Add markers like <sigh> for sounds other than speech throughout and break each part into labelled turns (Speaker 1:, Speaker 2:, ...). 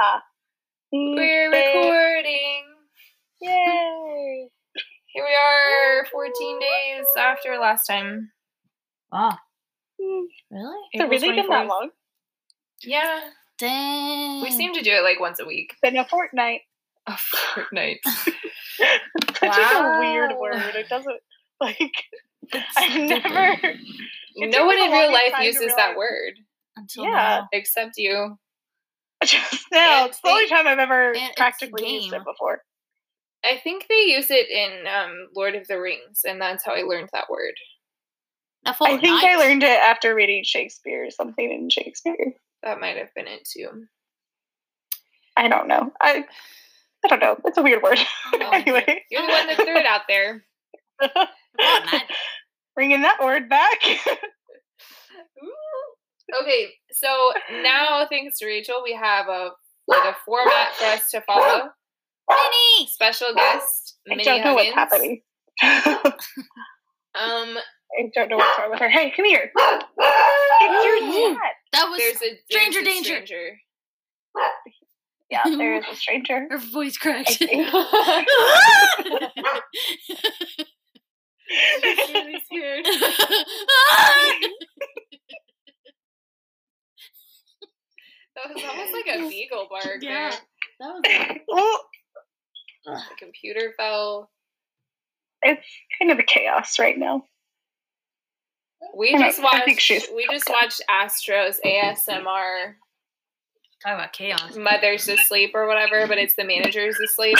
Speaker 1: Ha.
Speaker 2: We're
Speaker 1: Day.
Speaker 2: recording.
Speaker 3: <laughs>
Speaker 1: Yay!
Speaker 2: Here we are, 14 days after last time.
Speaker 4: Wow.
Speaker 3: Really?
Speaker 1: It's really been that
Speaker 2: 24th.
Speaker 1: long.
Speaker 2: Yeah.
Speaker 3: Dang.
Speaker 2: We seem to do it like once a
Speaker 1: <laughs>
Speaker 2: week.
Speaker 1: Been a fortnight.
Speaker 2: A fortnight.
Speaker 1: <laughs>
Speaker 2: <laughs>
Speaker 1: That's just a weird
Speaker 2: Wow.
Speaker 1: word. It doesn't <laughs> like
Speaker 3: It's
Speaker 1: I've
Speaker 3: <laughs> stupid.
Speaker 1: never. <laughs> It took
Speaker 2: no one
Speaker 1: me the
Speaker 2: in real
Speaker 1: longest
Speaker 2: life
Speaker 1: time to
Speaker 2: uses that
Speaker 1: realize-
Speaker 2: word
Speaker 3: Until
Speaker 1: Yeah.
Speaker 2: except you.
Speaker 1: Just now,
Speaker 2: It's
Speaker 1: it's the only
Speaker 2: the-
Speaker 1: time I've ever
Speaker 3: and it's
Speaker 1: practically used
Speaker 3: game.
Speaker 1: it before.
Speaker 2: I think they use it in um, Lord of the Rings, and that's how I learned that word.
Speaker 3: now. A
Speaker 1: I think I
Speaker 3: fortnight?
Speaker 1: learned it after reading Shakespeare, something in Shakespeare.
Speaker 2: That might have been it
Speaker 1: <laughs>
Speaker 2: too.
Speaker 1: I don't know. I I don't know. It's a weird word.
Speaker 2: Oh,
Speaker 1: anyway,
Speaker 2: You're the one that threw it out there.
Speaker 3: Fortnight.
Speaker 1: <laughs> bringing that word back.
Speaker 2: Okay, so now thanks to Rachel, we have a like a format for us to follow.
Speaker 3: Minnie!
Speaker 2: Special guest.
Speaker 1: I
Speaker 2: Minnie
Speaker 1: don't know what's
Speaker 2: Huggins.
Speaker 1: happening. <laughs> I
Speaker 2: Um,
Speaker 1: don't know what's wrong with her. Hey, come
Speaker 3: <gasps>
Speaker 1: here. It's your
Speaker 3: Ooh.
Speaker 1: cat.
Speaker 3: That was
Speaker 2: there's a
Speaker 3: stranger
Speaker 2: there's a
Speaker 3: danger.
Speaker 2: stranger.
Speaker 1: Yeah, there is a stranger.
Speaker 3: her voice cracked.
Speaker 1: <laughs>
Speaker 3: <laughs>
Speaker 2: She's really scared. That was almost like a beagle bark.
Speaker 3: Yeah.
Speaker 2: there.
Speaker 3: That was
Speaker 1: well,
Speaker 2: The computer fell.
Speaker 1: it's kind of a chaos right now.
Speaker 2: We
Speaker 1: I know,
Speaker 2: just
Speaker 1: I
Speaker 2: watched.
Speaker 1: think she's-
Speaker 2: We just watched Astros ASMR.
Speaker 4: Talk about chaos.
Speaker 2: Mother's asleep or whatever, but it's the manager's asleep.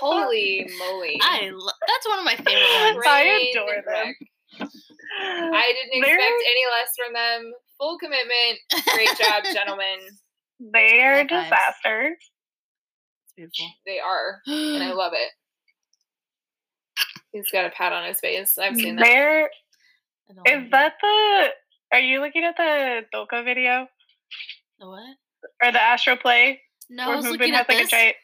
Speaker 2: Holy moly!
Speaker 3: I lo- that's one of
Speaker 1: <laughs>
Speaker 3: my favorite ones.
Speaker 1: I adore
Speaker 2: Brain
Speaker 1: them.
Speaker 2: I didn't
Speaker 1: They're-
Speaker 2: expect any less from them. Full commitment. Great job, gentlemen.
Speaker 1: They're
Speaker 3: High fives.
Speaker 1: disasters.
Speaker 3: It's beautiful.
Speaker 2: They are, and
Speaker 3: <gasps>
Speaker 2: I love it. He's got a pat on his face. I've seen that.
Speaker 1: They're
Speaker 3: I don't
Speaker 1: is
Speaker 3: like it.
Speaker 1: that the are you looking at the Doka video
Speaker 3: The what?
Speaker 1: or the Astro play?
Speaker 3: No,
Speaker 1: where
Speaker 3: I was
Speaker 1: Mugen
Speaker 3: looking
Speaker 1: has,
Speaker 3: at
Speaker 1: like, a
Speaker 3: this.
Speaker 1: giant-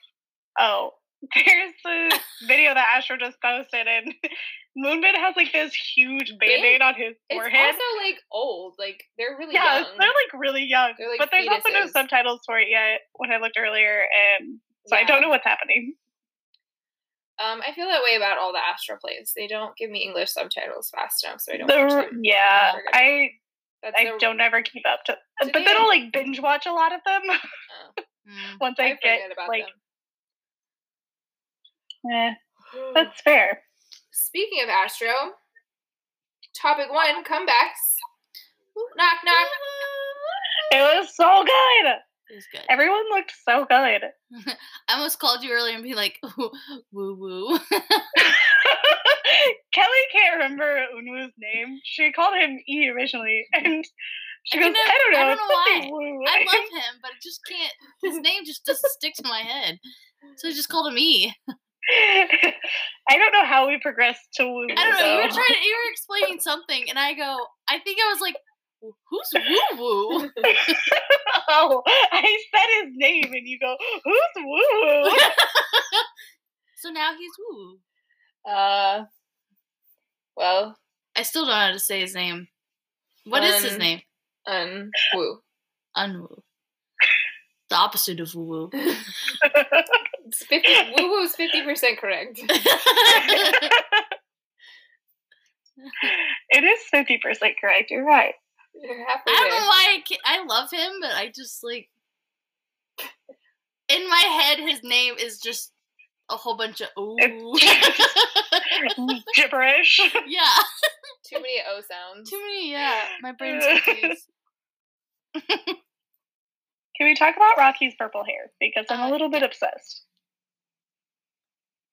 Speaker 1: Oh. <laughs> There's the video that Astro just posted and <laughs> Moonbin has like this huge band-aid on his
Speaker 2: It's
Speaker 1: forehead.
Speaker 2: also like old. Like they're really
Speaker 1: yeah,
Speaker 2: young.
Speaker 1: they're like really young.
Speaker 2: They're, like,
Speaker 1: but there's also no
Speaker 2: fetuses.
Speaker 1: subtitles for it yet when I looked earlier and so I
Speaker 2: Yeah.
Speaker 1: don't know what's happening.
Speaker 2: Um, I feel that way about all the Astro plays. They don't give me English subtitles fast enough, so I don't.
Speaker 1: The,
Speaker 2: watch them.
Speaker 1: yeah,
Speaker 2: They're good.
Speaker 1: I
Speaker 2: That's
Speaker 1: I
Speaker 2: the-
Speaker 1: don't ever keep up to but
Speaker 2: Did
Speaker 1: then
Speaker 2: they-
Speaker 1: I'll like binge watch a lot of them <laughs>
Speaker 2: Oh,
Speaker 3: Mm.
Speaker 1: once
Speaker 2: I
Speaker 1: I, get
Speaker 2: forget about
Speaker 1: like
Speaker 2: them.
Speaker 1: eh, that's fair.
Speaker 2: <gasps> Speaking of Astro, topic one comebacks. Knock knock.
Speaker 1: It was so good.
Speaker 3: It was good.
Speaker 1: Everyone looked so good. <laughs>
Speaker 3: I almost called you earlier and be like, <laughs> woo woo. <laughs>
Speaker 1: Kelly can't remember Unwu's name. She called him E originally, and she
Speaker 3: I
Speaker 1: goes,
Speaker 3: don't know-
Speaker 1: "I don't know,
Speaker 3: I don't know
Speaker 1: it's something Wu."
Speaker 3: I love him, but it just can't. His name just doesn't stick to my head. So I just called him E.
Speaker 1: <laughs> I don't know how we progressed to Wu.
Speaker 3: I don't know. You were
Speaker 1: though.
Speaker 3: trying to, you were explaining something, and I go, I think I was like, who's woo
Speaker 1: <laughs>
Speaker 3: woo?
Speaker 1: Oh, I said his name, and you go, "Who's Wu?"
Speaker 3: So now he's woo.
Speaker 2: Uh, well,
Speaker 3: I still don't know how to say his name. What is his
Speaker 2: Un-
Speaker 3: name?
Speaker 2: um,
Speaker 3: <laughs>
Speaker 2: woo.
Speaker 1: <laughs>
Speaker 3: Unwoo. The opposite of woo woo. <laughs>
Speaker 2: It's fifty. woo woo's fifty percent
Speaker 1: <laughs>
Speaker 2: correct. <laughs>
Speaker 1: it is fifty percent correct. You're right.
Speaker 2: You're halfway
Speaker 3: I don't know
Speaker 2: there.
Speaker 3: why I, ca- I love him, but I just like in my head his name is just a whole bunch of ooh.
Speaker 1: Gibberish.
Speaker 3: <laughs> yeah,
Speaker 1: <laughs>
Speaker 2: Too many O sounds.
Speaker 3: too many. Yeah,
Speaker 1: <laughs>
Speaker 3: my brain's confused.
Speaker 1: Can we talk about Rocky's purple hair? Because I'm
Speaker 3: Uh,
Speaker 1: a little bit obsessed.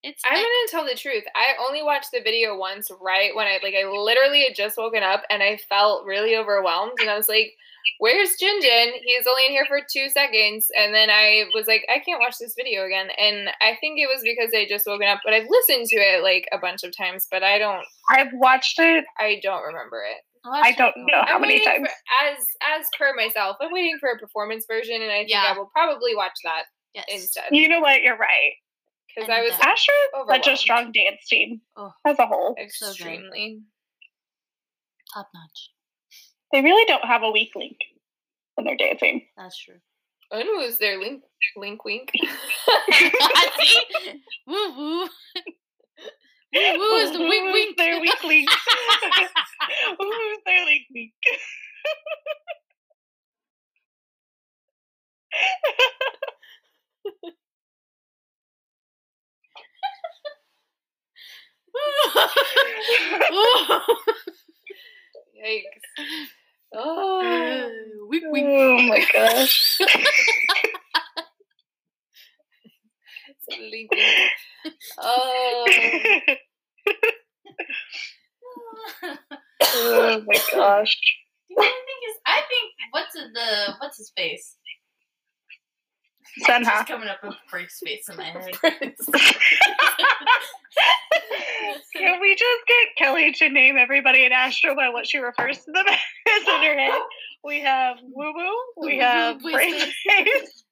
Speaker 3: It's
Speaker 2: I'm
Speaker 3: I,
Speaker 2: gonna tell the truth. I only watched the video once, right when I like I literally had just woken up and I felt really overwhelmed, and I was like, "Where's Jinjin? He's only in here for two seconds." And then I was like, "I can't watch this video again." And I think it was because I had just woken up, but I've listened to it like a bunch of times, but I don't,
Speaker 1: I've watched it.
Speaker 2: I don't remember it.
Speaker 1: I don't know how
Speaker 2: I'm
Speaker 1: many
Speaker 2: waiting
Speaker 1: times.
Speaker 2: for, as as per myself, I'm waiting for a performance version, and I think
Speaker 3: Yeah.
Speaker 2: I will probably watch that
Speaker 3: Yes.
Speaker 2: instead
Speaker 1: You know what? You're right.
Speaker 2: because
Speaker 3: I
Speaker 2: I
Speaker 3: need
Speaker 2: was
Speaker 3: that.
Speaker 1: Asher is such a
Speaker 2: Overwhelmed.
Speaker 1: strong dance team
Speaker 3: Oh,
Speaker 1: as a whole.
Speaker 3: So good.
Speaker 2: extremely.
Speaker 3: top notch. <laughs>
Speaker 1: They really don't have a weak link when they're dancing.
Speaker 3: That's true.
Speaker 2: Unwoo's their link Link wink. <laughs>
Speaker 3: See? Woo woo. Woo woo is the wink
Speaker 1: <laughs> Woo's
Speaker 3: wink.
Speaker 1: Their weak link. <laughs> Woo's their weak link.
Speaker 3: Woo.
Speaker 2: Yikes.
Speaker 1: <laughs>
Speaker 2: Oh.
Speaker 3: Wink wink.
Speaker 1: Oh my gosh.
Speaker 2: it's a Link wink.
Speaker 1: <laughs>
Speaker 2: Oh.
Speaker 1: oh my gosh.
Speaker 4: I think is I think what's it- the what's his face? It's
Speaker 1: Senha.
Speaker 4: just coming up with break space in my head.
Speaker 1: <laughs> Can we just get Kelly to name everybody in Astro by what she refers to them as in her head? We have Woo Woo, we have
Speaker 3: Woo-woo,
Speaker 1: Brain
Speaker 3: voices.
Speaker 1: Face.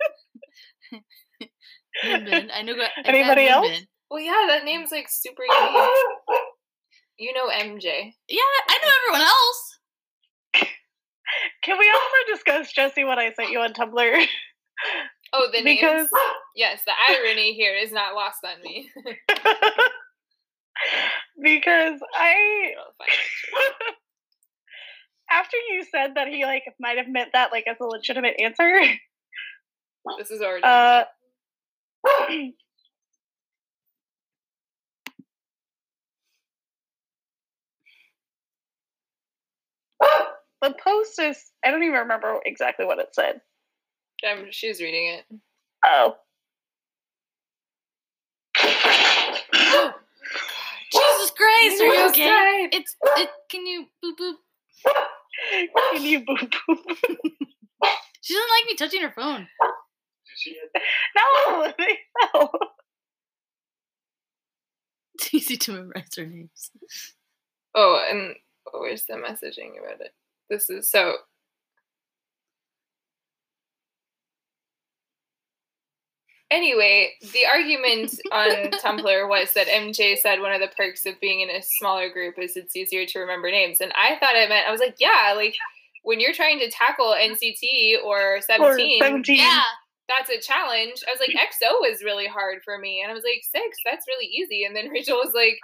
Speaker 3: Moonbin. I know. I got
Speaker 1: Anybody else?
Speaker 3: Moonbin.
Speaker 2: Well, yeah, that name's like super unique. You know MJ.
Speaker 3: Yeah, I know everyone else.
Speaker 1: Can we also discuss, Jesse, what I sent you on Tumblr?
Speaker 2: Oh, the name.
Speaker 1: because
Speaker 2: Yes, the irony here is not lost on me. <laughs>
Speaker 1: because I
Speaker 2: I'll find it.
Speaker 1: after you said that he like might have meant that like as a legitimate answer,
Speaker 2: This is already.
Speaker 1: uh <coughs> the post is I don't even remember exactly what it said.
Speaker 2: I'm, she's reading it.
Speaker 1: Oh. <coughs>
Speaker 3: Jesus Christ, are you
Speaker 2: Yes,
Speaker 3: okay?
Speaker 2: right.
Speaker 3: It's it. Can you boop boop?
Speaker 1: Can you boop boop? <laughs>
Speaker 3: She doesn't like me touching her phone.
Speaker 1: No! no.
Speaker 3: It's easy to memorize her names.
Speaker 2: Oh, and oh, where's the messaging about it? This is so. Anyway, the argument on Tumblr was that MJ said one of the perks of being in a smaller group is it's easier to remember names. And I thought it meant, I was like, yeah, like when you're trying to tackle NCT or
Speaker 1: Or
Speaker 2: 17,
Speaker 1: 17.
Speaker 3: Yeah.
Speaker 2: that's a challenge. I was like, XO is really hard for me. And I was like, six, that's really easy. And then Rachel was like,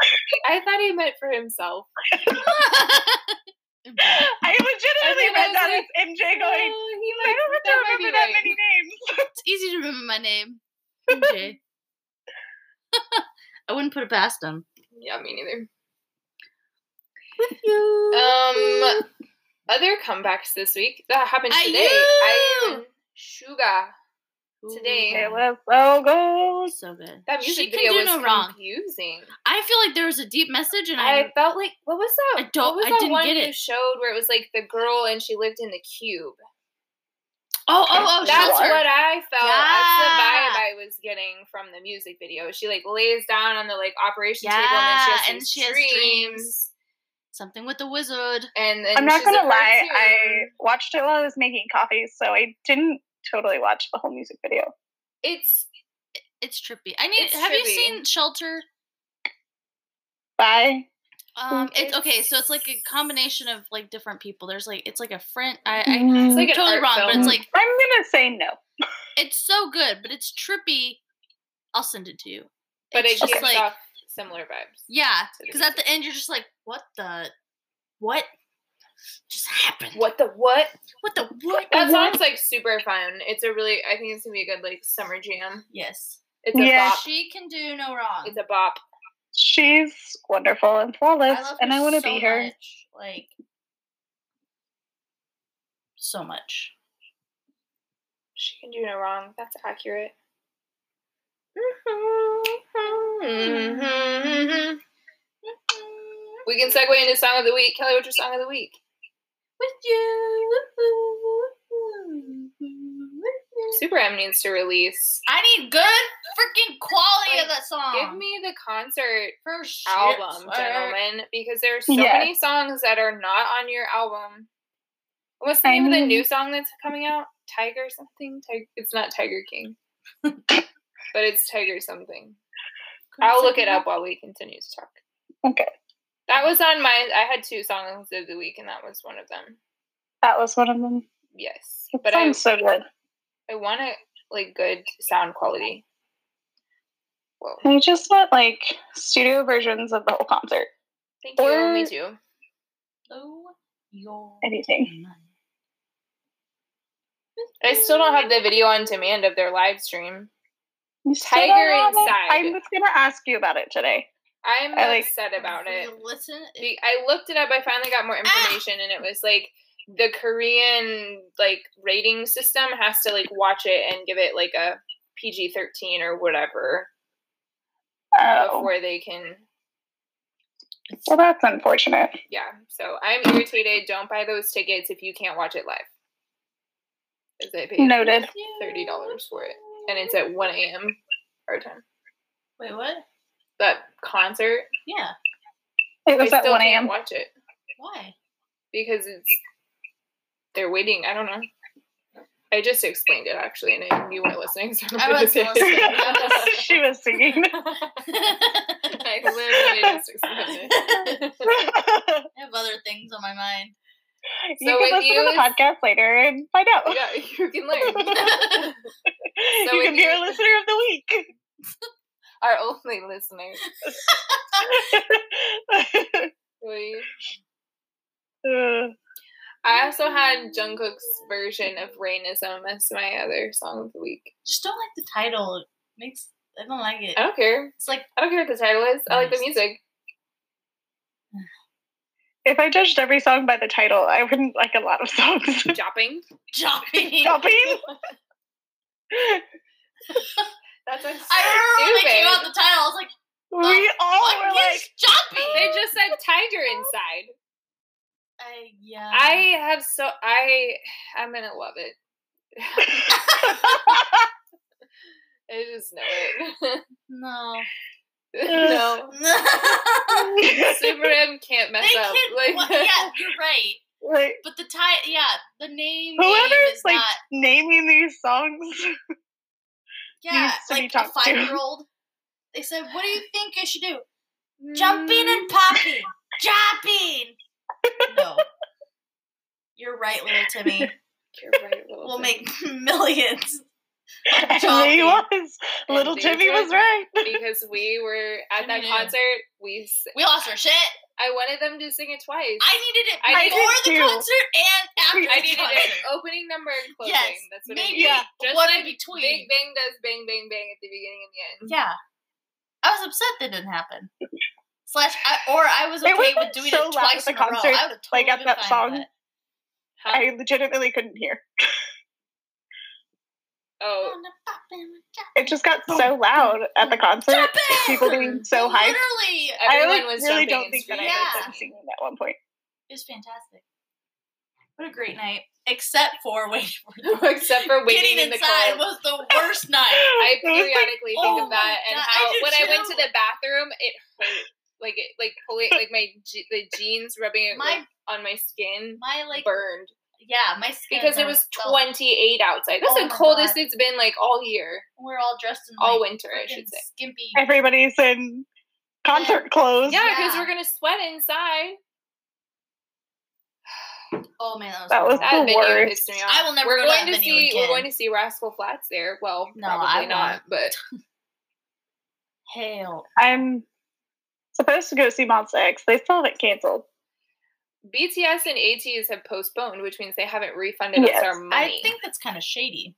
Speaker 2: I thought he meant for himself.
Speaker 1: I legitimately
Speaker 2: And
Speaker 1: read
Speaker 2: then I was
Speaker 1: that
Speaker 2: <laughs> like,
Speaker 1: as MJ going,
Speaker 2: "Oh, he
Speaker 1: I
Speaker 2: might-
Speaker 1: don't have to
Speaker 2: that might be
Speaker 1: remember that
Speaker 2: right."
Speaker 1: many names.
Speaker 3: It's easy to remember my name. MJ.
Speaker 2: <laughs>
Speaker 3: I wouldn't put it past them.
Speaker 2: Yeah, me neither.
Speaker 3: You.
Speaker 2: Um, other comebacks this week that happened
Speaker 3: Ayu!
Speaker 2: today. I am Suga. today.
Speaker 1: Okay, let's all go.
Speaker 3: So good.
Speaker 2: That music
Speaker 3: She can
Speaker 2: video
Speaker 3: do
Speaker 2: was
Speaker 3: no wrong.
Speaker 2: confusing.
Speaker 3: I feel like there was a deep message, and I,
Speaker 2: I felt like what was that?
Speaker 3: I
Speaker 2: what
Speaker 3: don't-
Speaker 2: was
Speaker 3: I
Speaker 2: that
Speaker 3: didn't
Speaker 2: one
Speaker 3: get
Speaker 2: you
Speaker 3: it.
Speaker 2: showed where it was like the girl and she lived in the cube.
Speaker 3: oh oh oh,
Speaker 2: That's
Speaker 3: shelter.
Speaker 2: what I felt. That's the
Speaker 3: Yeah.
Speaker 2: vibe I was getting from the music video. She like lays down on the like operation
Speaker 3: Yeah,
Speaker 2: table and then she has, these
Speaker 3: and she has
Speaker 2: dreams.
Speaker 3: dreams. something with the wizard.
Speaker 2: And then
Speaker 1: I'm not
Speaker 2: she's a
Speaker 1: gonna lie, I
Speaker 2: cartoon.
Speaker 1: watched it while I was making coffee, so I didn't totally watch the whole music video.
Speaker 2: it's
Speaker 3: It's trippy. I need.
Speaker 2: It's
Speaker 3: have you
Speaker 2: trippy.
Speaker 3: seen Shelter?
Speaker 1: Bye.
Speaker 3: Um, it's okay. So it's like a combination of like different people. There's like it's like a friend. I, I
Speaker 2: it's like an
Speaker 3: Mm, totally
Speaker 2: art
Speaker 3: wrong, but
Speaker 2: film.
Speaker 3: it's like
Speaker 1: I'm gonna say no.
Speaker 3: it's so good, but it's trippy. I'll send it to you.
Speaker 2: but
Speaker 3: it's
Speaker 2: it
Speaker 3: just
Speaker 2: gives
Speaker 3: like
Speaker 2: off similar vibes.
Speaker 3: yeah,
Speaker 2: to the
Speaker 3: because at the end you're just like, what the, what just happened?
Speaker 2: What the what?
Speaker 3: What the what?
Speaker 2: That
Speaker 3: what?
Speaker 2: sounds like super fun. It's a really I think it's gonna be a good like summer jam.
Speaker 4: Yes.
Speaker 2: It's a
Speaker 1: Yeah.
Speaker 2: bop.
Speaker 3: She can do no wrong.
Speaker 2: It's a bop.
Speaker 1: She's wonderful and flawless,
Speaker 4: love
Speaker 1: and
Speaker 4: her
Speaker 1: I want to
Speaker 4: so
Speaker 1: be her.
Speaker 4: much, Like
Speaker 3: so much.
Speaker 2: She can do no wrong. That's accurate. We can segue into song of the week. Kelly, what's your song of the week?
Speaker 4: with you.
Speaker 2: Super M needs to release.
Speaker 3: I need good freaking quality of that song.
Speaker 2: Give me the concert
Speaker 3: for shit,
Speaker 2: album,
Speaker 3: sir.
Speaker 2: gentlemen, because there are so
Speaker 1: Yes.
Speaker 2: many songs that are not on your album. What's the
Speaker 1: I
Speaker 2: name of the
Speaker 1: mean-
Speaker 2: new song that's coming out? Tiger something? Tig- it's not Tiger
Speaker 1: <laughs>
Speaker 2: King, but it's Tiger something. I'll look it up while we continue to talk.
Speaker 1: Okay.
Speaker 2: That was on my. I had two songs of the week, and that was one of them.
Speaker 1: That was one of them.
Speaker 2: Yes,
Speaker 1: It
Speaker 2: but I
Speaker 1: sounds so good.
Speaker 2: I want to like good sound quality. Whoa.
Speaker 1: I just want like studio versions of the whole concert.
Speaker 2: Thank you.
Speaker 1: Or-
Speaker 2: Me too.
Speaker 4: Oh, your
Speaker 1: Anything.
Speaker 2: I still don't have the video on demand of their live stream.
Speaker 1: You still don't
Speaker 2: Tiger
Speaker 1: have it?
Speaker 2: Inside.
Speaker 1: I'm just gonna ask you about it today.
Speaker 2: I'm
Speaker 1: I like-
Speaker 2: upset about
Speaker 3: If
Speaker 2: it.
Speaker 3: you Listen, it-
Speaker 2: Be- I looked it up. I finally got
Speaker 1: Ah!
Speaker 2: more information, and it was like the Korean like rating system has to like watch it and give it like a PG thirteen or whatever
Speaker 1: Oh,
Speaker 2: before they can.
Speaker 1: well, that's unfortunate.
Speaker 2: Yeah. So I'm irritated. Don't buy those tickets if you can't watch it live. 'Cause I paid
Speaker 1: Noted.
Speaker 2: thirty dollars for it, and it's at one a.m. our time.
Speaker 3: wait, what?
Speaker 2: That concert.
Speaker 3: Yeah,
Speaker 1: It was
Speaker 2: I
Speaker 1: at
Speaker 2: still
Speaker 1: 1
Speaker 2: can't
Speaker 1: a.m.
Speaker 2: watch it
Speaker 3: why? <laughs>
Speaker 2: because it's they're waiting. I don't know. I just explained it actually, and you weren't listening. So
Speaker 3: I was listening.
Speaker 2: <laughs>
Speaker 3: <laughs>
Speaker 1: <laughs> she was singing.
Speaker 2: I literally just explained it.
Speaker 3: <laughs>
Speaker 1: you
Speaker 3: I have other things on my mind.
Speaker 2: So
Speaker 1: can
Speaker 2: if
Speaker 1: listen to
Speaker 2: you-
Speaker 1: the podcast later and find out.
Speaker 2: Yeah, you can learn.
Speaker 3: <laughs>
Speaker 2: so
Speaker 1: you
Speaker 2: if
Speaker 1: can be
Speaker 2: you-
Speaker 1: our listener of the week.
Speaker 2: Our only listeners. We-
Speaker 1: Uh,
Speaker 2: I also had Jungkook's version of Rainism as my other song of the week.
Speaker 3: Just don't like the title. It makes I don't like it.
Speaker 2: I don't care.
Speaker 3: It's like
Speaker 2: I don't care what the title is. I like the
Speaker 3: Nice. <laughs>
Speaker 2: music.
Speaker 1: <laughs> if I judged every song by the title, I wouldn't like a lot of songs.
Speaker 2: <laughs>
Speaker 1: <laughs>
Speaker 2: Jopping. <laughs>
Speaker 3: jumping. <laughs>
Speaker 1: Shopping.
Speaker 2: That's a
Speaker 3: I remember when they came
Speaker 2: stupid.
Speaker 3: out the title. I was like,
Speaker 1: we all
Speaker 3: "What
Speaker 1: were
Speaker 3: is
Speaker 1: like,
Speaker 3: jumping?"
Speaker 2: They just said tiger inside.
Speaker 3: I, yeah.
Speaker 2: I have so I I'm gonna love it. I just know it. <laughs>
Speaker 3: no. <laughs>
Speaker 2: no, Super M can't
Speaker 3: they
Speaker 2: mess up.
Speaker 3: can.
Speaker 2: Like,
Speaker 3: well,
Speaker 2: <laughs>
Speaker 3: <laughs> yeah, you're right.
Speaker 1: <laughs> like
Speaker 3: But the title, yeah, the name.
Speaker 1: Whoever's,
Speaker 3: name is
Speaker 1: like,
Speaker 3: not,
Speaker 1: naming these songs.
Speaker 3: yeah,
Speaker 1: needs to be
Speaker 3: like a
Speaker 1: talked to.
Speaker 3: five year old. They said, "What
Speaker 1: <laughs>
Speaker 3: do you think I should do? Jumping and popping, jumping." No, you're right, little Timmy.
Speaker 2: You're right, little
Speaker 3: We'll
Speaker 2: thing.
Speaker 3: make <laughs> millions.
Speaker 1: And there he was.
Speaker 2: And
Speaker 1: Little
Speaker 2: there
Speaker 1: Timmy
Speaker 2: you
Speaker 1: was
Speaker 2: go.
Speaker 1: right.
Speaker 2: <laughs> because we were at that
Speaker 3: Timmy knew.
Speaker 2: concert. We s-
Speaker 3: We lost our shit.
Speaker 2: I wanted them to sing it twice.
Speaker 3: I needed it
Speaker 2: I did
Speaker 3: before the
Speaker 1: too.
Speaker 3: concert and after
Speaker 2: I
Speaker 3: the
Speaker 2: needed
Speaker 3: concert.
Speaker 2: it opening number and closing.
Speaker 3: Yes,
Speaker 2: That's what I
Speaker 3: maybe
Speaker 2: needed.
Speaker 1: Yeah.
Speaker 2: Just
Speaker 3: one
Speaker 2: like
Speaker 3: in between.
Speaker 2: Big Bang does bang bang bang at the beginning and the end.
Speaker 3: Yeah. I was upset that didn't
Speaker 1: <laughs>
Speaker 3: happen. Slash, I, or I was
Speaker 1: It
Speaker 3: okay
Speaker 1: wasn't
Speaker 3: with doing
Speaker 1: so loud
Speaker 3: it twice
Speaker 1: at
Speaker 3: in
Speaker 1: the
Speaker 3: a row. I
Speaker 1: concert,
Speaker 3: would've
Speaker 1: like,
Speaker 3: totally
Speaker 1: at
Speaker 3: been
Speaker 1: that
Speaker 3: fine with
Speaker 1: song.
Speaker 3: it.
Speaker 2: Huh?
Speaker 1: I legitimately couldn't hear.
Speaker 2: oh,
Speaker 1: It just got so loud at the concert.
Speaker 3: Jump it!
Speaker 1: People being so hyped.
Speaker 3: Literally, it
Speaker 1: I
Speaker 2: everyone
Speaker 1: like,
Speaker 2: was
Speaker 1: really
Speaker 2: jumping
Speaker 1: don't
Speaker 2: and
Speaker 1: think that I
Speaker 2: screaming.
Speaker 1: heard
Speaker 3: Yeah.
Speaker 1: them singing at one point.
Speaker 3: was fantastic. What a great night, except for waiting
Speaker 2: <laughs>
Speaker 3: for
Speaker 2: except for waiting
Speaker 3: <laughs> Getting
Speaker 2: in the
Speaker 3: inside
Speaker 2: cold.
Speaker 3: was the
Speaker 2: <laughs>
Speaker 3: worst night. <laughs>
Speaker 2: I
Speaker 1: <laughs> It was like-
Speaker 2: periodically
Speaker 3: oh
Speaker 2: think
Speaker 3: my
Speaker 2: of that and
Speaker 3: God,
Speaker 2: how
Speaker 3: I do
Speaker 2: when I went
Speaker 3: too.
Speaker 2: to the bathroom, it hurt. Like it, like
Speaker 3: <laughs>
Speaker 2: pulling, like my je- the jeans rubbing it
Speaker 3: My-
Speaker 2: like, on my skin
Speaker 3: My like,
Speaker 2: burned
Speaker 3: yeah, my skin
Speaker 2: because it
Speaker 3: never
Speaker 2: was
Speaker 3: felt-
Speaker 2: 28 outside. That's
Speaker 3: Oh
Speaker 2: the
Speaker 3: my
Speaker 2: coldest
Speaker 3: God. Oh
Speaker 2: it's been like all year,
Speaker 3: We're all dressed in
Speaker 2: all
Speaker 3: like,
Speaker 2: winter, I
Speaker 3: freaking
Speaker 2: should say.
Speaker 3: skimpy.
Speaker 1: Everybody's in concert clothes.
Speaker 2: Yeah, because
Speaker 3: Yeah.
Speaker 2: we're gonna sweat inside.
Speaker 3: Oh man, that
Speaker 1: That was
Speaker 3: was, horrible.
Speaker 2: That
Speaker 1: the
Speaker 2: venue
Speaker 1: worst.
Speaker 2: pissed me off.
Speaker 3: I will never
Speaker 2: we're
Speaker 3: go to
Speaker 2: going
Speaker 3: that
Speaker 2: to
Speaker 3: venue
Speaker 2: see
Speaker 3: again.
Speaker 2: we're going to see Rascal Flats there. Well,
Speaker 3: No, I
Speaker 2: probably not, but
Speaker 3: Hell,
Speaker 1: I'm supposed to go see Monster X. They still haven't canceled.
Speaker 2: BTS and ATs have postponed, which means they haven't refunded
Speaker 1: Yes.
Speaker 2: us our money.
Speaker 3: I think that's kind of shady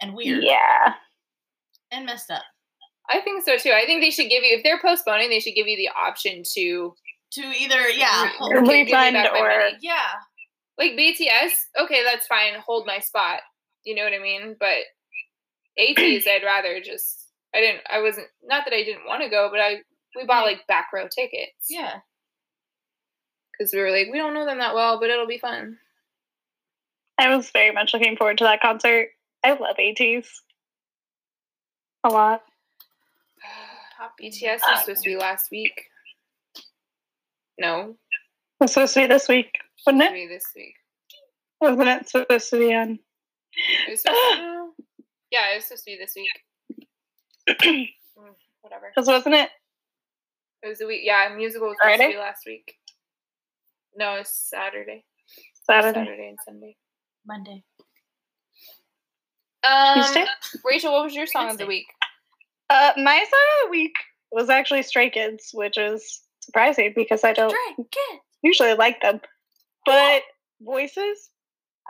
Speaker 3: and weird
Speaker 1: Yeah.
Speaker 3: and messed up.
Speaker 2: I think so too. I think they should give you if they're postponing, they should give you the option to
Speaker 3: To either, yeah,
Speaker 2: re-
Speaker 3: hold-
Speaker 2: give me
Speaker 1: Oh, Refund
Speaker 2: back my
Speaker 1: or-
Speaker 2: money.
Speaker 3: yeah,
Speaker 2: like BTS. Okay, that's fine. Hold my spot. You know what I mean? But ATs, I'd rather just. I didn't. I wasn't. Not that I didn't want to go, but I we bought like back row tickets.
Speaker 3: yeah.
Speaker 2: because we were like, we don't know them that well, but it'll be fun.
Speaker 1: I was very much looking forward to that concert. I love ATs. A lot.
Speaker 2: BTS was supposed to be last week. No,
Speaker 1: It was supposed to be this week, wasn't
Speaker 2: supposed to
Speaker 1: it?
Speaker 2: be this week.
Speaker 1: Wasn't it supposed to be on?
Speaker 2: It was supposed to, yeah, it was supposed to be this week. Mm, Whatever.
Speaker 1: Because wasn't it?
Speaker 2: It was the week. Yeah, musical was supposed to
Speaker 1: Friday?
Speaker 2: be last week. No, it's Saturday.
Speaker 1: Saturday.
Speaker 2: Saturday and Sunday.
Speaker 3: Monday.
Speaker 2: Um,
Speaker 1: Tuesday?
Speaker 2: Rachel, what was your song of the
Speaker 3: Tuesday.
Speaker 2: week?
Speaker 1: Uh, my song of the week was actually Stray Kids, which is surprising because I don't
Speaker 3: Drink it.
Speaker 1: usually like them. But Voices,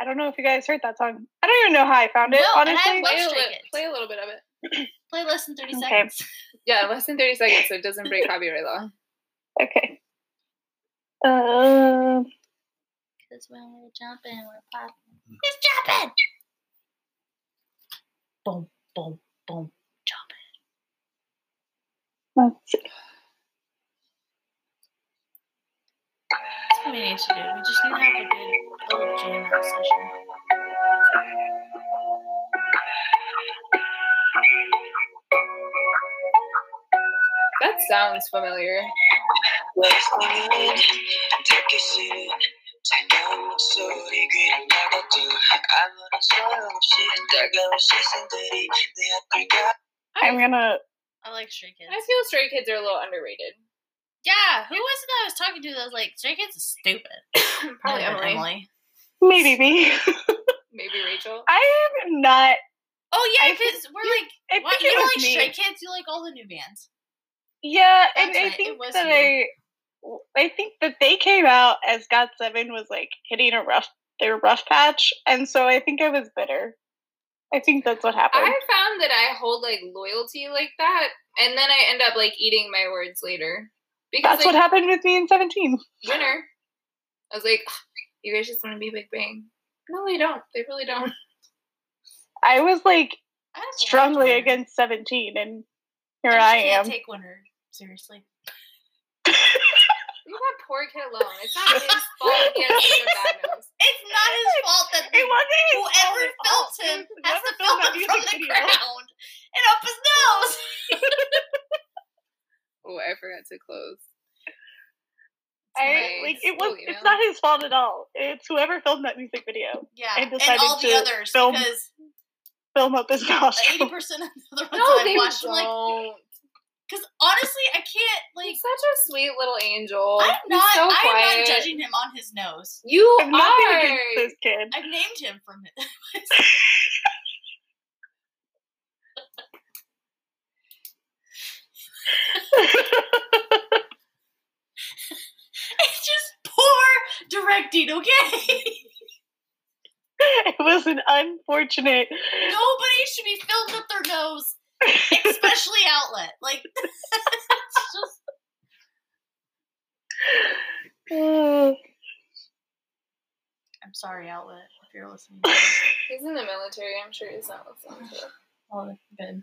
Speaker 1: I don't know if you guys heard that song. I don't even know how I found it,
Speaker 3: No, and I
Speaker 1: honestly.
Speaker 3: love-
Speaker 2: Play a,
Speaker 3: Stray
Speaker 2: li-
Speaker 3: Kids.
Speaker 2: play a little bit of it.
Speaker 3: Play less than 30
Speaker 1: Okay.
Speaker 3: seconds.
Speaker 2: Yeah, less than 30 seconds, so it doesn't break copyright law.
Speaker 1: okay. Um
Speaker 3: Because when we're jumping, we're popping. He's jumping! Boom, boom, boom.
Speaker 1: let's see.
Speaker 3: That's what we need to do. We just need to have a good old jam out session.
Speaker 2: That sounds familiar.
Speaker 5: 웨스턴은 듣기 싫은 차가운 목소리 귀를 막아둔 아무런 소용없이 따가운 시선들이 내 앞을 가
Speaker 1: I'm gonna
Speaker 3: I like Stray Kids.
Speaker 2: I feel Stray Kids are a little underrated.
Speaker 3: Yeah, who was it that I was talking to that was like, Stray Kids is stupid?
Speaker 2: <laughs>
Speaker 1: <coughs>
Speaker 3: Oh,
Speaker 2: Probably
Speaker 3: Might have been
Speaker 2: Emily.
Speaker 1: maybe me.
Speaker 2: Maybe Rachel.
Speaker 1: <laughs> I am not
Speaker 3: Oh,
Speaker 1: I
Speaker 3: yeah,
Speaker 1: think-
Speaker 3: because we're like,
Speaker 1: I
Speaker 3: what,
Speaker 1: think
Speaker 3: you
Speaker 1: it
Speaker 3: don't
Speaker 1: was
Speaker 3: like
Speaker 1: me.
Speaker 3: Stray Kids, you like all the new bands.
Speaker 1: Yeah, and
Speaker 3: That's
Speaker 1: I
Speaker 3: right, it
Speaker 1: think
Speaker 3: was
Speaker 1: that I,
Speaker 3: you.
Speaker 1: I think that they came out as God Seven was like hitting a rough their rough patch, and so I think I was bitter. I think that's what
Speaker 2: I
Speaker 1: happened.
Speaker 2: found that I hold like loyalty like that, and then I end up like eating my words later. Because
Speaker 1: that's what
Speaker 2: like,
Speaker 1: happened with me in seventeen.
Speaker 2: winner, I was like, "Ugh, you guys just want to be Big Bang. No, they don't. They really don't.
Speaker 1: I was like
Speaker 3: I don't like
Speaker 1: strongly
Speaker 3: Winner.
Speaker 1: against seventeen, and here
Speaker 3: I,
Speaker 1: I,
Speaker 3: just
Speaker 1: am.
Speaker 3: can't take Winner seriously.
Speaker 2: Leave that poor kid alone. It's not his fault. He has to bad nose.
Speaker 3: It's not
Speaker 1: <laughs>
Speaker 3: his fault that
Speaker 1: it wasn't his fault
Speaker 3: whoever
Speaker 1: at all.
Speaker 3: filmed him
Speaker 1: It was
Speaker 3: has
Speaker 1: whoever
Speaker 3: to film
Speaker 1: filmed that
Speaker 3: him from
Speaker 1: music
Speaker 3: the
Speaker 1: video.
Speaker 3: ground and up his nose.
Speaker 2: Oh, I forgot to close.
Speaker 1: I, like
Speaker 2: Nice.
Speaker 1: it was.
Speaker 2: Cool
Speaker 1: It's
Speaker 2: email.
Speaker 1: not his fault at all. It's whoever filmed that music video.
Speaker 3: <laughs> Yeah,
Speaker 1: I
Speaker 3: and
Speaker 1: decided
Speaker 3: all the
Speaker 1: to
Speaker 3: others
Speaker 1: film <laughs>
Speaker 3: because
Speaker 1: Film up his <laughs>
Speaker 3: eighty
Speaker 1: nostril.
Speaker 3: percent of the other ones
Speaker 2: No,
Speaker 3: that
Speaker 2: they
Speaker 3: I watched, I'm like,
Speaker 2: don't.
Speaker 3: because honestly, I can't like.
Speaker 2: He's such a sweet little angel.
Speaker 3: I'm
Speaker 2: He's
Speaker 3: not.
Speaker 2: so
Speaker 3: I am
Speaker 2: quiet.
Speaker 3: not judging him on his nose.
Speaker 2: You
Speaker 1: I'm nothing
Speaker 2: are.
Speaker 1: against this kid.
Speaker 3: I've named him from it. <laughs> It's just poor directing, okay?
Speaker 1: <laughs> it was an
Speaker 2: <laughs>
Speaker 1: unfortunate.
Speaker 3: Nobody should be filmed with their nose,
Speaker 1: <laughs>
Speaker 3: especially outlet. Like, <laughs> it's just
Speaker 1: Uh,
Speaker 3: I'm sorry, Outlet, if you're listening.
Speaker 2: He's in the military. I'm sure he's not listening. To
Speaker 3: oh, good.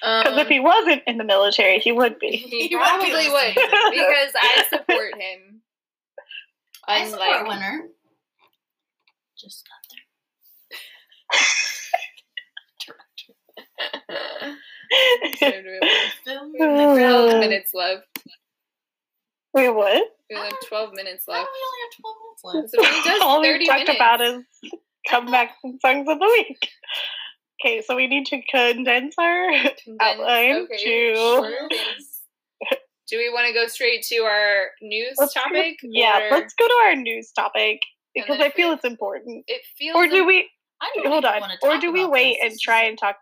Speaker 1: Because if
Speaker 2: um,
Speaker 1: he wasn't in the military, <laughs> he would be.
Speaker 2: <laughs> he,
Speaker 3: he would be
Speaker 2: probably would
Speaker 3: listening.
Speaker 2: because I support him.
Speaker 3: I
Speaker 2: I'm
Speaker 3: support
Speaker 2: like,
Speaker 3: winner. Just not there.
Speaker 1: <laughs>
Speaker 3: Film
Speaker 2: we
Speaker 1: Oh.
Speaker 2: only have twelve minutes left.
Speaker 1: Wait, what?
Speaker 2: We only have twelve minutes
Speaker 3: Why
Speaker 2: left.
Speaker 3: do we only have 12 minutes left?
Speaker 2: So
Speaker 1: <laughs>
Speaker 2: he does
Speaker 1: All
Speaker 2: thirty
Speaker 1: we've talked
Speaker 2: minutes.
Speaker 1: about is comebacks and songs of the week. Okay, so we need to condense our
Speaker 2: Condensed.
Speaker 1: outline
Speaker 2: Okay,
Speaker 1: to.
Speaker 2: sure things. Do we want to go straight to our news
Speaker 1: Let's go-
Speaker 2: topic?
Speaker 1: yeah,
Speaker 2: or-
Speaker 1: let's go to our news topic
Speaker 2: And
Speaker 1: because
Speaker 2: then
Speaker 1: I
Speaker 2: if we-
Speaker 1: feel it's important.
Speaker 2: It feels.
Speaker 1: Or do
Speaker 2: im-
Speaker 1: we
Speaker 3: I don't
Speaker 1: hold
Speaker 3: even
Speaker 1: on?
Speaker 3: wanna
Speaker 1: Or
Speaker 3: talk
Speaker 1: do we
Speaker 3: about
Speaker 1: wait
Speaker 3: this.
Speaker 1: and
Speaker 3: This
Speaker 1: try
Speaker 3: is-
Speaker 1: and talk?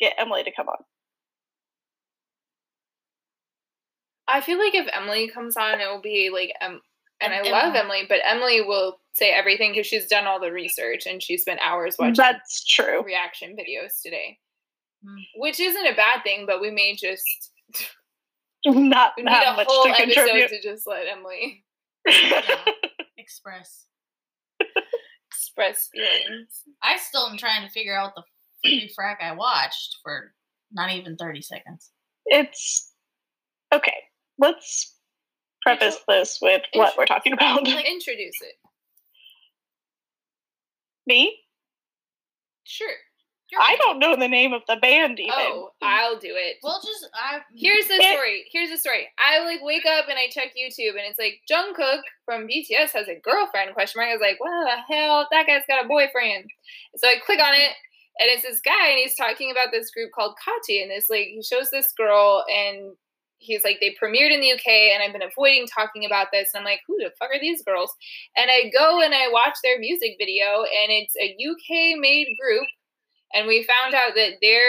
Speaker 1: Get Emily to come on.
Speaker 2: I feel like if Emily comes on, it will be like um, and I
Speaker 3: Em-
Speaker 2: love
Speaker 3: Emily.
Speaker 2: Emily, but Emily will say everything because she's done all the research and she spent hours watching
Speaker 1: That's <laughs> true.
Speaker 2: reaction videos today,
Speaker 3: Hmm.
Speaker 2: which isn't a bad thing. But we may just <laughs>
Speaker 1: <laughs> Not
Speaker 2: we need
Speaker 1: have
Speaker 2: a
Speaker 1: much
Speaker 2: whole
Speaker 1: to
Speaker 2: episode
Speaker 1: contribute.
Speaker 2: to just let Emily <laughs>
Speaker 1: <laughs>
Speaker 3: Yeah. Express.
Speaker 2: express feelings.
Speaker 3: I still am trying to figure out the freaking frack I watched for not even 30 seconds.
Speaker 1: it's okay. Let's preface this with what we're talking about.
Speaker 2: Like introduce it.
Speaker 1: <laughs> Me?
Speaker 2: Sure.
Speaker 3: You're
Speaker 1: I
Speaker 3: right.
Speaker 1: don't know the name of the band even.
Speaker 2: Oh, I'll do it.
Speaker 3: Well, just. I,
Speaker 2: Here's the
Speaker 1: It-
Speaker 2: story. Here's the story. I like wake up and I check YouTube and it's like Jungkook from BTS has a girlfriend question mark. I was like, what the hell? That guy's got a boyfriend. So I click on it and it's this guy and he's talking about this group called Kachi and this like he shows this girl and he's like they premiered in the UK and I've been avoiding talking about this and I'm like who the fuck are these girls? And I go and I watch their music video and it's a UK made group and we found out that their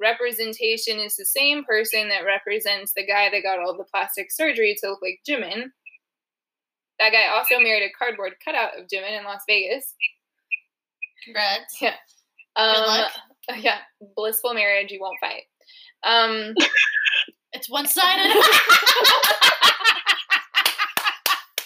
Speaker 2: representation is the same person that represents the guy that got all the plastic surgery to look like Jimin. That guy also married a cardboard cutout of Jimin in Las Vegas. <laughs>
Speaker 3: Congrats.
Speaker 2: Um,
Speaker 3: luck.
Speaker 2: <laughs> Yeah, blissful marriage. You won't fight. Um, <laughs>
Speaker 3: It's one sided. <laughs>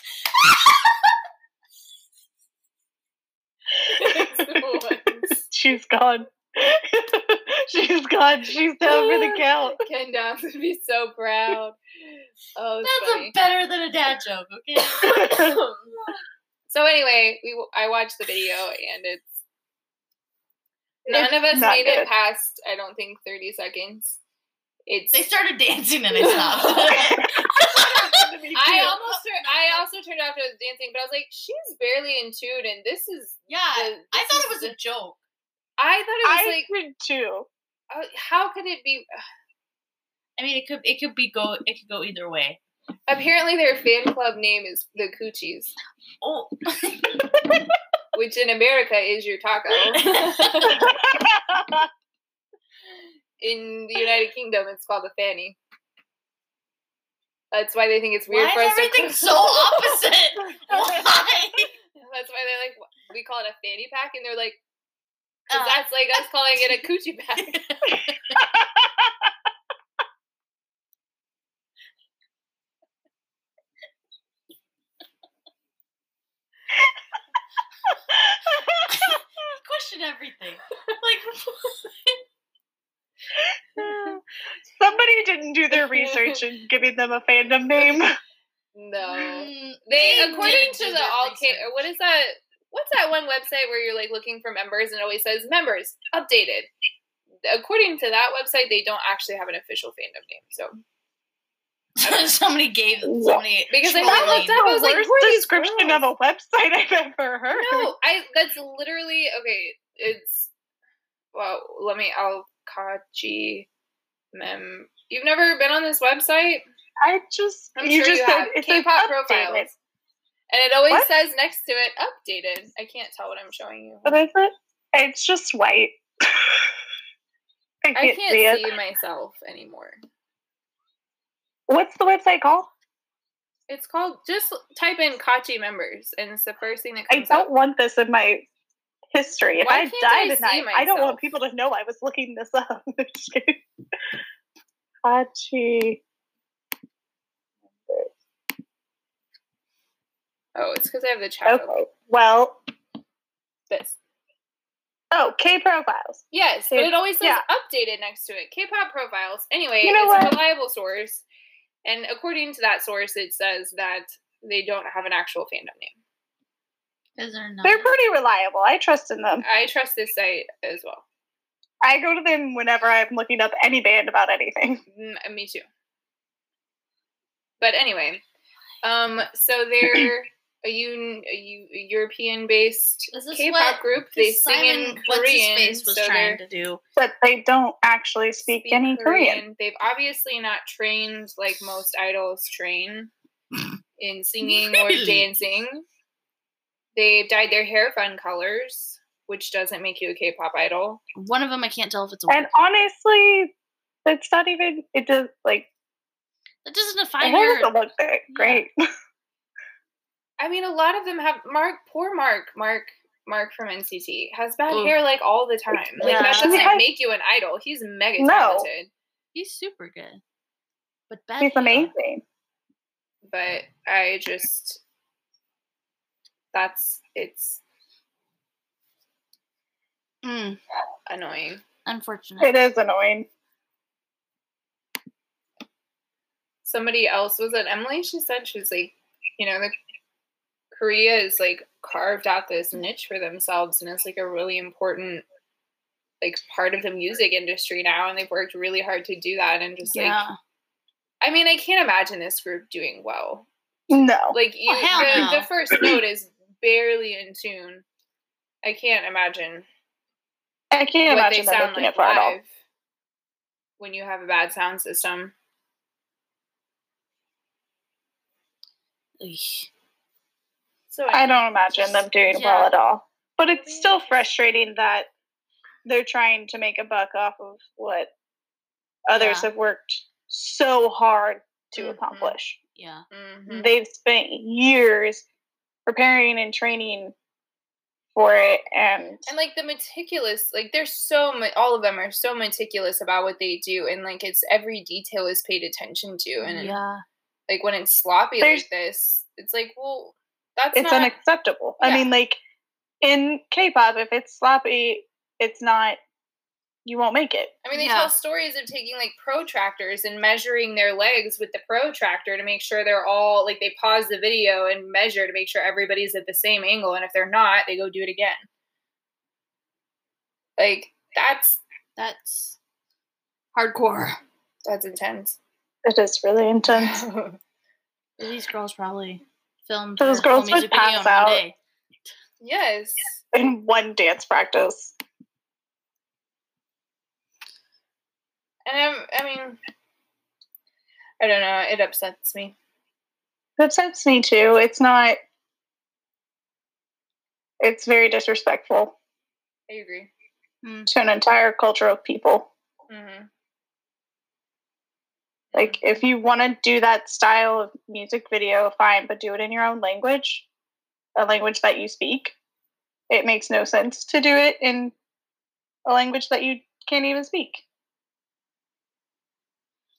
Speaker 1: She's gone. <laughs> She's gone. She's down for the
Speaker 2: <laughs>
Speaker 1: count.
Speaker 2: Ken Dawes would be so proud. Oh, it's
Speaker 3: That's
Speaker 2: funny.
Speaker 3: a better than a dad joke, okay?
Speaker 2: <laughs> so anyway, we w- I watched the video and it's none
Speaker 1: It's
Speaker 2: of us
Speaker 1: not
Speaker 2: made
Speaker 1: good.
Speaker 2: it past I don't think thirty seconds. It's
Speaker 3: They started dancing and
Speaker 2: <laughs>
Speaker 3: I stopped. <laughs>
Speaker 2: I almost turned, I also turned off to was dancing, but I was like, she's barely in tune, and this is
Speaker 3: yeah.
Speaker 2: the-
Speaker 3: I
Speaker 2: this
Speaker 3: thought
Speaker 2: is
Speaker 3: it was
Speaker 2: the-
Speaker 3: a joke.
Speaker 2: I
Speaker 1: <laughs>
Speaker 2: thought
Speaker 1: I
Speaker 2: it was like
Speaker 1: did
Speaker 2: <laughs>
Speaker 1: too.
Speaker 2: uh, how could it be?
Speaker 3: I mean, it could it could be go it could go either way.
Speaker 2: Apparently, their fan club name is the Coochies,
Speaker 3: Oh, <laughs>
Speaker 2: which in America is your
Speaker 3: <laughs>
Speaker 2: taco. in the United Kingdom, it's called a fanny. That's why they think it's weird
Speaker 3: why
Speaker 2: for us
Speaker 3: is everything
Speaker 2: to.
Speaker 3: so <laughs> opposite? Why?
Speaker 2: <laughs> That's why they're like, "Wh- we call it a fanny pack, and they're like,
Speaker 3: Uh.
Speaker 2: because that's like us calling it
Speaker 3: <laughs>
Speaker 2: a coochie pack.
Speaker 3: Question everything.
Speaker 2: <laughs>
Speaker 3: Like
Speaker 1: Somebody didn't do their
Speaker 2: <laughs>
Speaker 1: research in giving them a fandom name.
Speaker 2: no,
Speaker 3: <laughs> mm,
Speaker 2: they
Speaker 3: didn't
Speaker 2: according to
Speaker 3: do
Speaker 2: the
Speaker 3: their
Speaker 2: all K.
Speaker 3: research.
Speaker 2: What is that? What's that one website where you're like looking for members and it always says members updated? According to that website, they don't actually have an official fandom name. So
Speaker 3: somebody gave somebody
Speaker 2: Because I
Speaker 3: trolling.
Speaker 2: looked up- I was
Speaker 1: the
Speaker 2: like,
Speaker 1: worst
Speaker 2: who are these
Speaker 1: description
Speaker 2: girls?
Speaker 1: of a website I've ever
Speaker 2: <laughs>
Speaker 1: heard.
Speaker 2: No, I. That's literally okay. It's well. Let me. I'll kachi mem. You've never been on this website.
Speaker 1: I just
Speaker 2: I'm
Speaker 1: you
Speaker 2: sure
Speaker 1: just
Speaker 2: you
Speaker 1: said
Speaker 2: have.
Speaker 1: it's
Speaker 2: K-pop profiles. And it always
Speaker 1: What?
Speaker 2: says next to it updated. I can't tell what I'm showing you.
Speaker 1: What is it? It's just white. <laughs> I can't,
Speaker 2: I can't
Speaker 1: see it.
Speaker 2: see myself anymore.
Speaker 1: What's the website called?
Speaker 2: It's called just type in kachi members, and it's the first thing that
Speaker 1: I
Speaker 2: comes
Speaker 1: don't
Speaker 2: up.
Speaker 1: want this in my history. If
Speaker 2: Why
Speaker 1: I
Speaker 2: can't
Speaker 1: die
Speaker 2: I see
Speaker 1: tonight, I don't
Speaker 2: myself?
Speaker 1: want people to know I was looking this up. <laughs> Just kidding. Hachi.
Speaker 2: Oh, it's because I have the chat. open.
Speaker 1: Okay. Well,
Speaker 2: This.
Speaker 1: oh, K profiles.
Speaker 2: Yes, but
Speaker 1: It-
Speaker 2: it always says
Speaker 1: yeah.
Speaker 2: updated next to it. K-pop profiles. Anyway,
Speaker 1: You know
Speaker 2: it's a
Speaker 1: what?
Speaker 2: reliable source, and according to that source, it says that they don't have an actual fandom name.
Speaker 3: Is there not?
Speaker 1: They're pretty reliable. I trust in them.
Speaker 2: I trust this site as well.
Speaker 1: I go to them whenever I'm looking up any band about anything. <laughs>
Speaker 2: Mm, me too. But anyway, um,
Speaker 1: <clears throat>
Speaker 2: so they're a, un- a, U- a European-based
Speaker 3: Is this
Speaker 2: K-pop
Speaker 3: what-
Speaker 2: group. They sing in Korean,
Speaker 3: What's-his-face
Speaker 2: so
Speaker 3: was
Speaker 2: they're
Speaker 3: trying to do.
Speaker 1: But they don't actually speak,
Speaker 2: speak
Speaker 1: any Korean.
Speaker 2: They've obviously not trained like most idols train in singing or
Speaker 3: Really?
Speaker 2: dancing. They've dyed their hair fun colors, which doesn't make you a K-pop idol.
Speaker 3: One of them, I can't tell if it's a
Speaker 1: And honestly, it's not even. It does like
Speaker 3: That doesn't
Speaker 1: the
Speaker 3: define
Speaker 1: hair
Speaker 3: her.
Speaker 1: doesn't look that great.
Speaker 2: I mean, a lot of them have Mark. Poor Mark. Mark. Mark from NCT has bad
Speaker 3: Oof.
Speaker 2: hair like all the time. Like
Speaker 3: Oh. Yeah.
Speaker 2: that doesn't
Speaker 1: Yeah.
Speaker 2: make you an idol. He's mega
Speaker 1: No.
Speaker 2: talented,
Speaker 3: He's super good. But
Speaker 1: <laughs>
Speaker 3: bad
Speaker 1: He's
Speaker 3: hair.
Speaker 1: amazing.
Speaker 2: but I just that's it's
Speaker 3: Mm,
Speaker 2: annoying.
Speaker 3: unfortunate.
Speaker 1: It is annoying.
Speaker 2: somebody else was it Emily? She said she was like, you know, the Korea is like carved out this niche for themselves, and it's like a really important like part of the music industry now, and they've worked really hard to do that. And just like,
Speaker 3: Yeah.
Speaker 2: I mean, I can't imagine this group doing well.
Speaker 1: No.
Speaker 2: Like, you,
Speaker 3: Oh, hell
Speaker 2: the,
Speaker 3: no.
Speaker 2: the
Speaker 1: <clears throat>
Speaker 2: first note is barely in tune. I can't imagine
Speaker 1: I can't
Speaker 2: what they
Speaker 1: imagine them
Speaker 2: sound
Speaker 1: making
Speaker 2: like
Speaker 1: it far at all.
Speaker 2: live when you have a bad sound system.
Speaker 3: Eesh.
Speaker 2: So
Speaker 1: I don't imagine them doing
Speaker 3: Yeah.
Speaker 1: well at all. But it's still frustrating that they're trying to make a buck off of what others have worked so hard to
Speaker 2: Mm-hmm.
Speaker 3: Mhm.
Speaker 1: accomplish.
Speaker 4: Yeah.
Speaker 2: Mhm.
Speaker 1: They've spent years preparing and training for it, and,
Speaker 2: And like the meticulous, like they're so mu- all of them are so meticulous about what they do, and like it's every detail is paid attention to. And
Speaker 4: Yeah.
Speaker 2: like when it's sloppy
Speaker 1: There's-
Speaker 2: like this, it's like, well, that's
Speaker 1: it's
Speaker 2: not.
Speaker 1: unacceptable. I
Speaker 2: Yeah.
Speaker 1: mean, like in K-pop, if it's sloppy, it's not. You won't make it.
Speaker 2: I mean, they
Speaker 4: Yeah.
Speaker 2: tell stories of taking like protractors and measuring their legs with the protractor to make sure they're all like they pause the video and measure to make sure everybody's at the same angle, and if they're not, they go do it again. Like that's
Speaker 4: That's hardcore.
Speaker 2: that's intense.
Speaker 1: It is really intense.
Speaker 4: These girls probably filmed
Speaker 1: Those
Speaker 4: their
Speaker 1: girls
Speaker 4: whole music
Speaker 1: would
Speaker 4: video in
Speaker 1: pass
Speaker 4: one
Speaker 1: out.
Speaker 4: day.
Speaker 2: <laughs> yes.
Speaker 1: <laughs> in one dance practice.
Speaker 2: And I'm, I mean, I don't know. It upsets me.
Speaker 1: It upsets me too. It's not. It's very disrespectful
Speaker 2: I agree.
Speaker 1: to an entire culture of people.
Speaker 2: hmm
Speaker 1: Like, if you want to do that style of music video, fine, but do it in your own language, a language that you speak. It makes no sense to do it in a language that you can't even speak.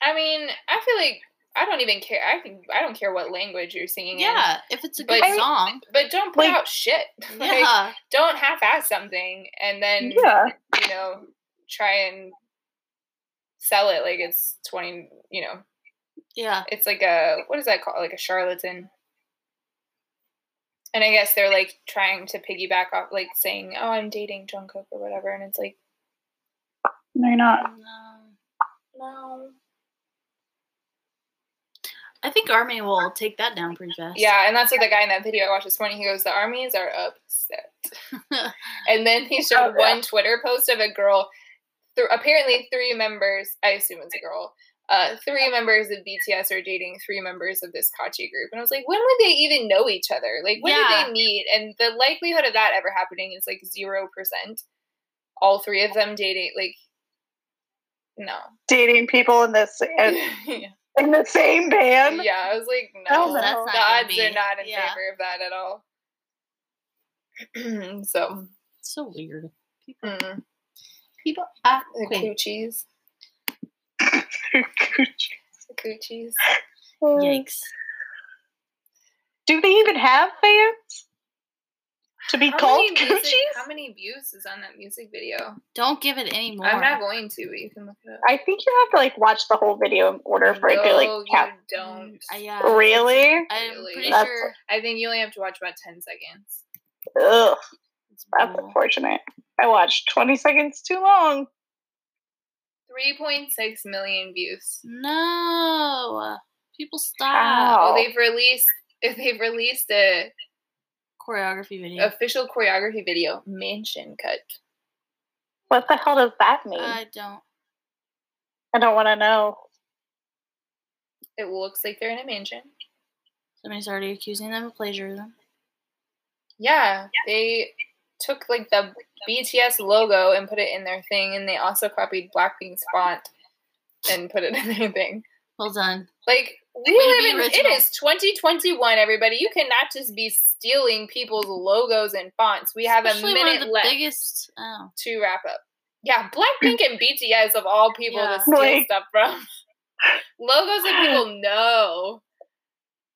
Speaker 2: I mean, I feel like I don't even care. I think I don't care what language you're singing in.
Speaker 4: Yeah, if it's a good
Speaker 2: But- I mean-
Speaker 4: song.
Speaker 2: But don't put
Speaker 1: Like-
Speaker 2: out shit. <laughs> Like,
Speaker 4: Yeah.
Speaker 2: don't half-ass something and then
Speaker 1: yeah.
Speaker 2: you know try and sell it like it's twenty. You know,
Speaker 4: Yeah.
Speaker 2: it's like a what is that called? Like a charlatan. And I guess they're like trying to piggyback off, like saying, "Oh, I'm dating Jungkook or whatever," and it's like,
Speaker 1: They're not.
Speaker 4: No.
Speaker 2: no.
Speaker 4: I think Army will take that down pretty fast.
Speaker 2: Yeah, and that's what the guy in that video I watched this morning. He goes, "The armies are upset," and then he showed
Speaker 1: Oh, yeah.
Speaker 2: one Twitter post of a girl. Th- apparently, three members. I assume it's a girl. Uh, three members of BTS are dating three members of this Kachi group, and I was like, when would they even know each other? Like, when
Speaker 4: Yeah.
Speaker 2: did they meet? And the likelihood of that ever happening is like zero percent. All three of them dating, like, no.
Speaker 1: Dating people in this in,
Speaker 2: <laughs> yeah,
Speaker 1: in the same band.
Speaker 2: I was like, no.
Speaker 1: Hell no.
Speaker 4: That's not
Speaker 2: the
Speaker 4: gonna
Speaker 2: odds
Speaker 4: be.
Speaker 2: are not in
Speaker 4: yeah.
Speaker 2: favor of that at all. <clears throat> so,
Speaker 4: It's so weird.
Speaker 2: mm,
Speaker 4: People act
Speaker 2: the
Speaker 4: cool.
Speaker 2: coochies,
Speaker 1: <laughs>
Speaker 2: the coochies.
Speaker 4: Yikes.
Speaker 1: Do they even have fans? To be called
Speaker 2: many music,
Speaker 1: coochies?
Speaker 2: How many views is on that music video?
Speaker 4: Don't give it any more.
Speaker 2: I'm not going to, but you can look it up.
Speaker 1: I think you have to like watch the whole video in order for it to
Speaker 2: No,
Speaker 1: like count.
Speaker 2: you
Speaker 3: Mm,
Speaker 2: don't.
Speaker 4: Mm, I,
Speaker 2: I,
Speaker 4: yeah.
Speaker 1: Really?
Speaker 4: I'm
Speaker 2: Really?
Speaker 4: pretty
Speaker 1: That's-
Speaker 4: sure.
Speaker 2: think you only have to watch about ten seconds.
Speaker 1: Ugh,
Speaker 4: It's
Speaker 1: that's
Speaker 2: Oh.
Speaker 4: brutal.
Speaker 1: unfortunate. I watched 20 seconds too long.
Speaker 2: Three point six million views.
Speaker 4: No. People stop.
Speaker 1: Ow.
Speaker 2: Oh, they've released. They've released a
Speaker 4: Choreography video.
Speaker 2: official choreography video, Mansion Cut.
Speaker 1: What the hell does that mean?
Speaker 2: Uh,
Speaker 4: I don't.
Speaker 1: I don't want to know.
Speaker 2: It looks like they're in a mansion.
Speaker 4: Somebody's already accusing them of plagiarism.
Speaker 2: Yeah, they took like the BTS logo and put it in their thing, and they also copied Blackpink's font and put it in their thing.
Speaker 4: Well done.
Speaker 2: Like we
Speaker 4: Way to
Speaker 2: live
Speaker 4: be
Speaker 2: in
Speaker 4: original.
Speaker 2: it is 2021, everybody. You cannot just be stealing people's logos and fonts. We have
Speaker 4: Especially
Speaker 2: a
Speaker 4: one of
Speaker 2: minute
Speaker 4: the
Speaker 2: left
Speaker 4: biggest. Oh.
Speaker 2: to wrap up. Yeah, Blackpink and BTS of all people
Speaker 4: Yeah.
Speaker 2: to steal
Speaker 1: Like-
Speaker 2: stuff from. <laughs> logos that
Speaker 4: <sighs>
Speaker 2: people know.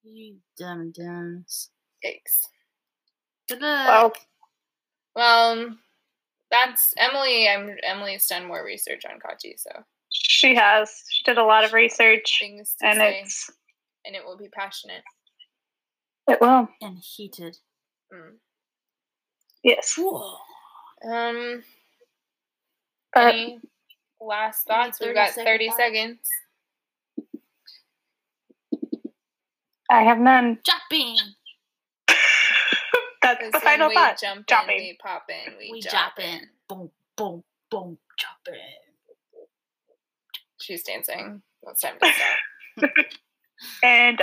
Speaker 4: You dumb dumbs.
Speaker 2: Yikes.
Speaker 4: Good
Speaker 2: uh,
Speaker 1: Well,
Speaker 4: luck.
Speaker 2: Well, um, that's Emily. I'm Emily's done more research on Kachi, so
Speaker 1: she has. She did a lot of research,
Speaker 2: things to
Speaker 1: and
Speaker 2: say,
Speaker 1: it's
Speaker 2: and it will be passionate.
Speaker 1: it will.
Speaker 4: And heated.
Speaker 2: Mm.
Speaker 1: Yes.
Speaker 4: Whoa.
Speaker 2: Um,
Speaker 1: But
Speaker 2: any last thoughts? We've
Speaker 4: 30
Speaker 2: got
Speaker 4: second
Speaker 2: thirty
Speaker 4: thoughts.
Speaker 2: seconds.
Speaker 1: I have none.
Speaker 4: Jumping.
Speaker 1: That's the
Speaker 2: Because
Speaker 1: final
Speaker 2: we
Speaker 1: thought.
Speaker 2: Jump
Speaker 1: Jump
Speaker 2: in,
Speaker 1: in.
Speaker 2: we pop in, we,
Speaker 4: We
Speaker 2: jump
Speaker 4: jump in.
Speaker 2: in.
Speaker 4: Boom, boom, boom, jumping.
Speaker 1: <laughs>
Speaker 2: She's dancing. It's time to stop.
Speaker 1: And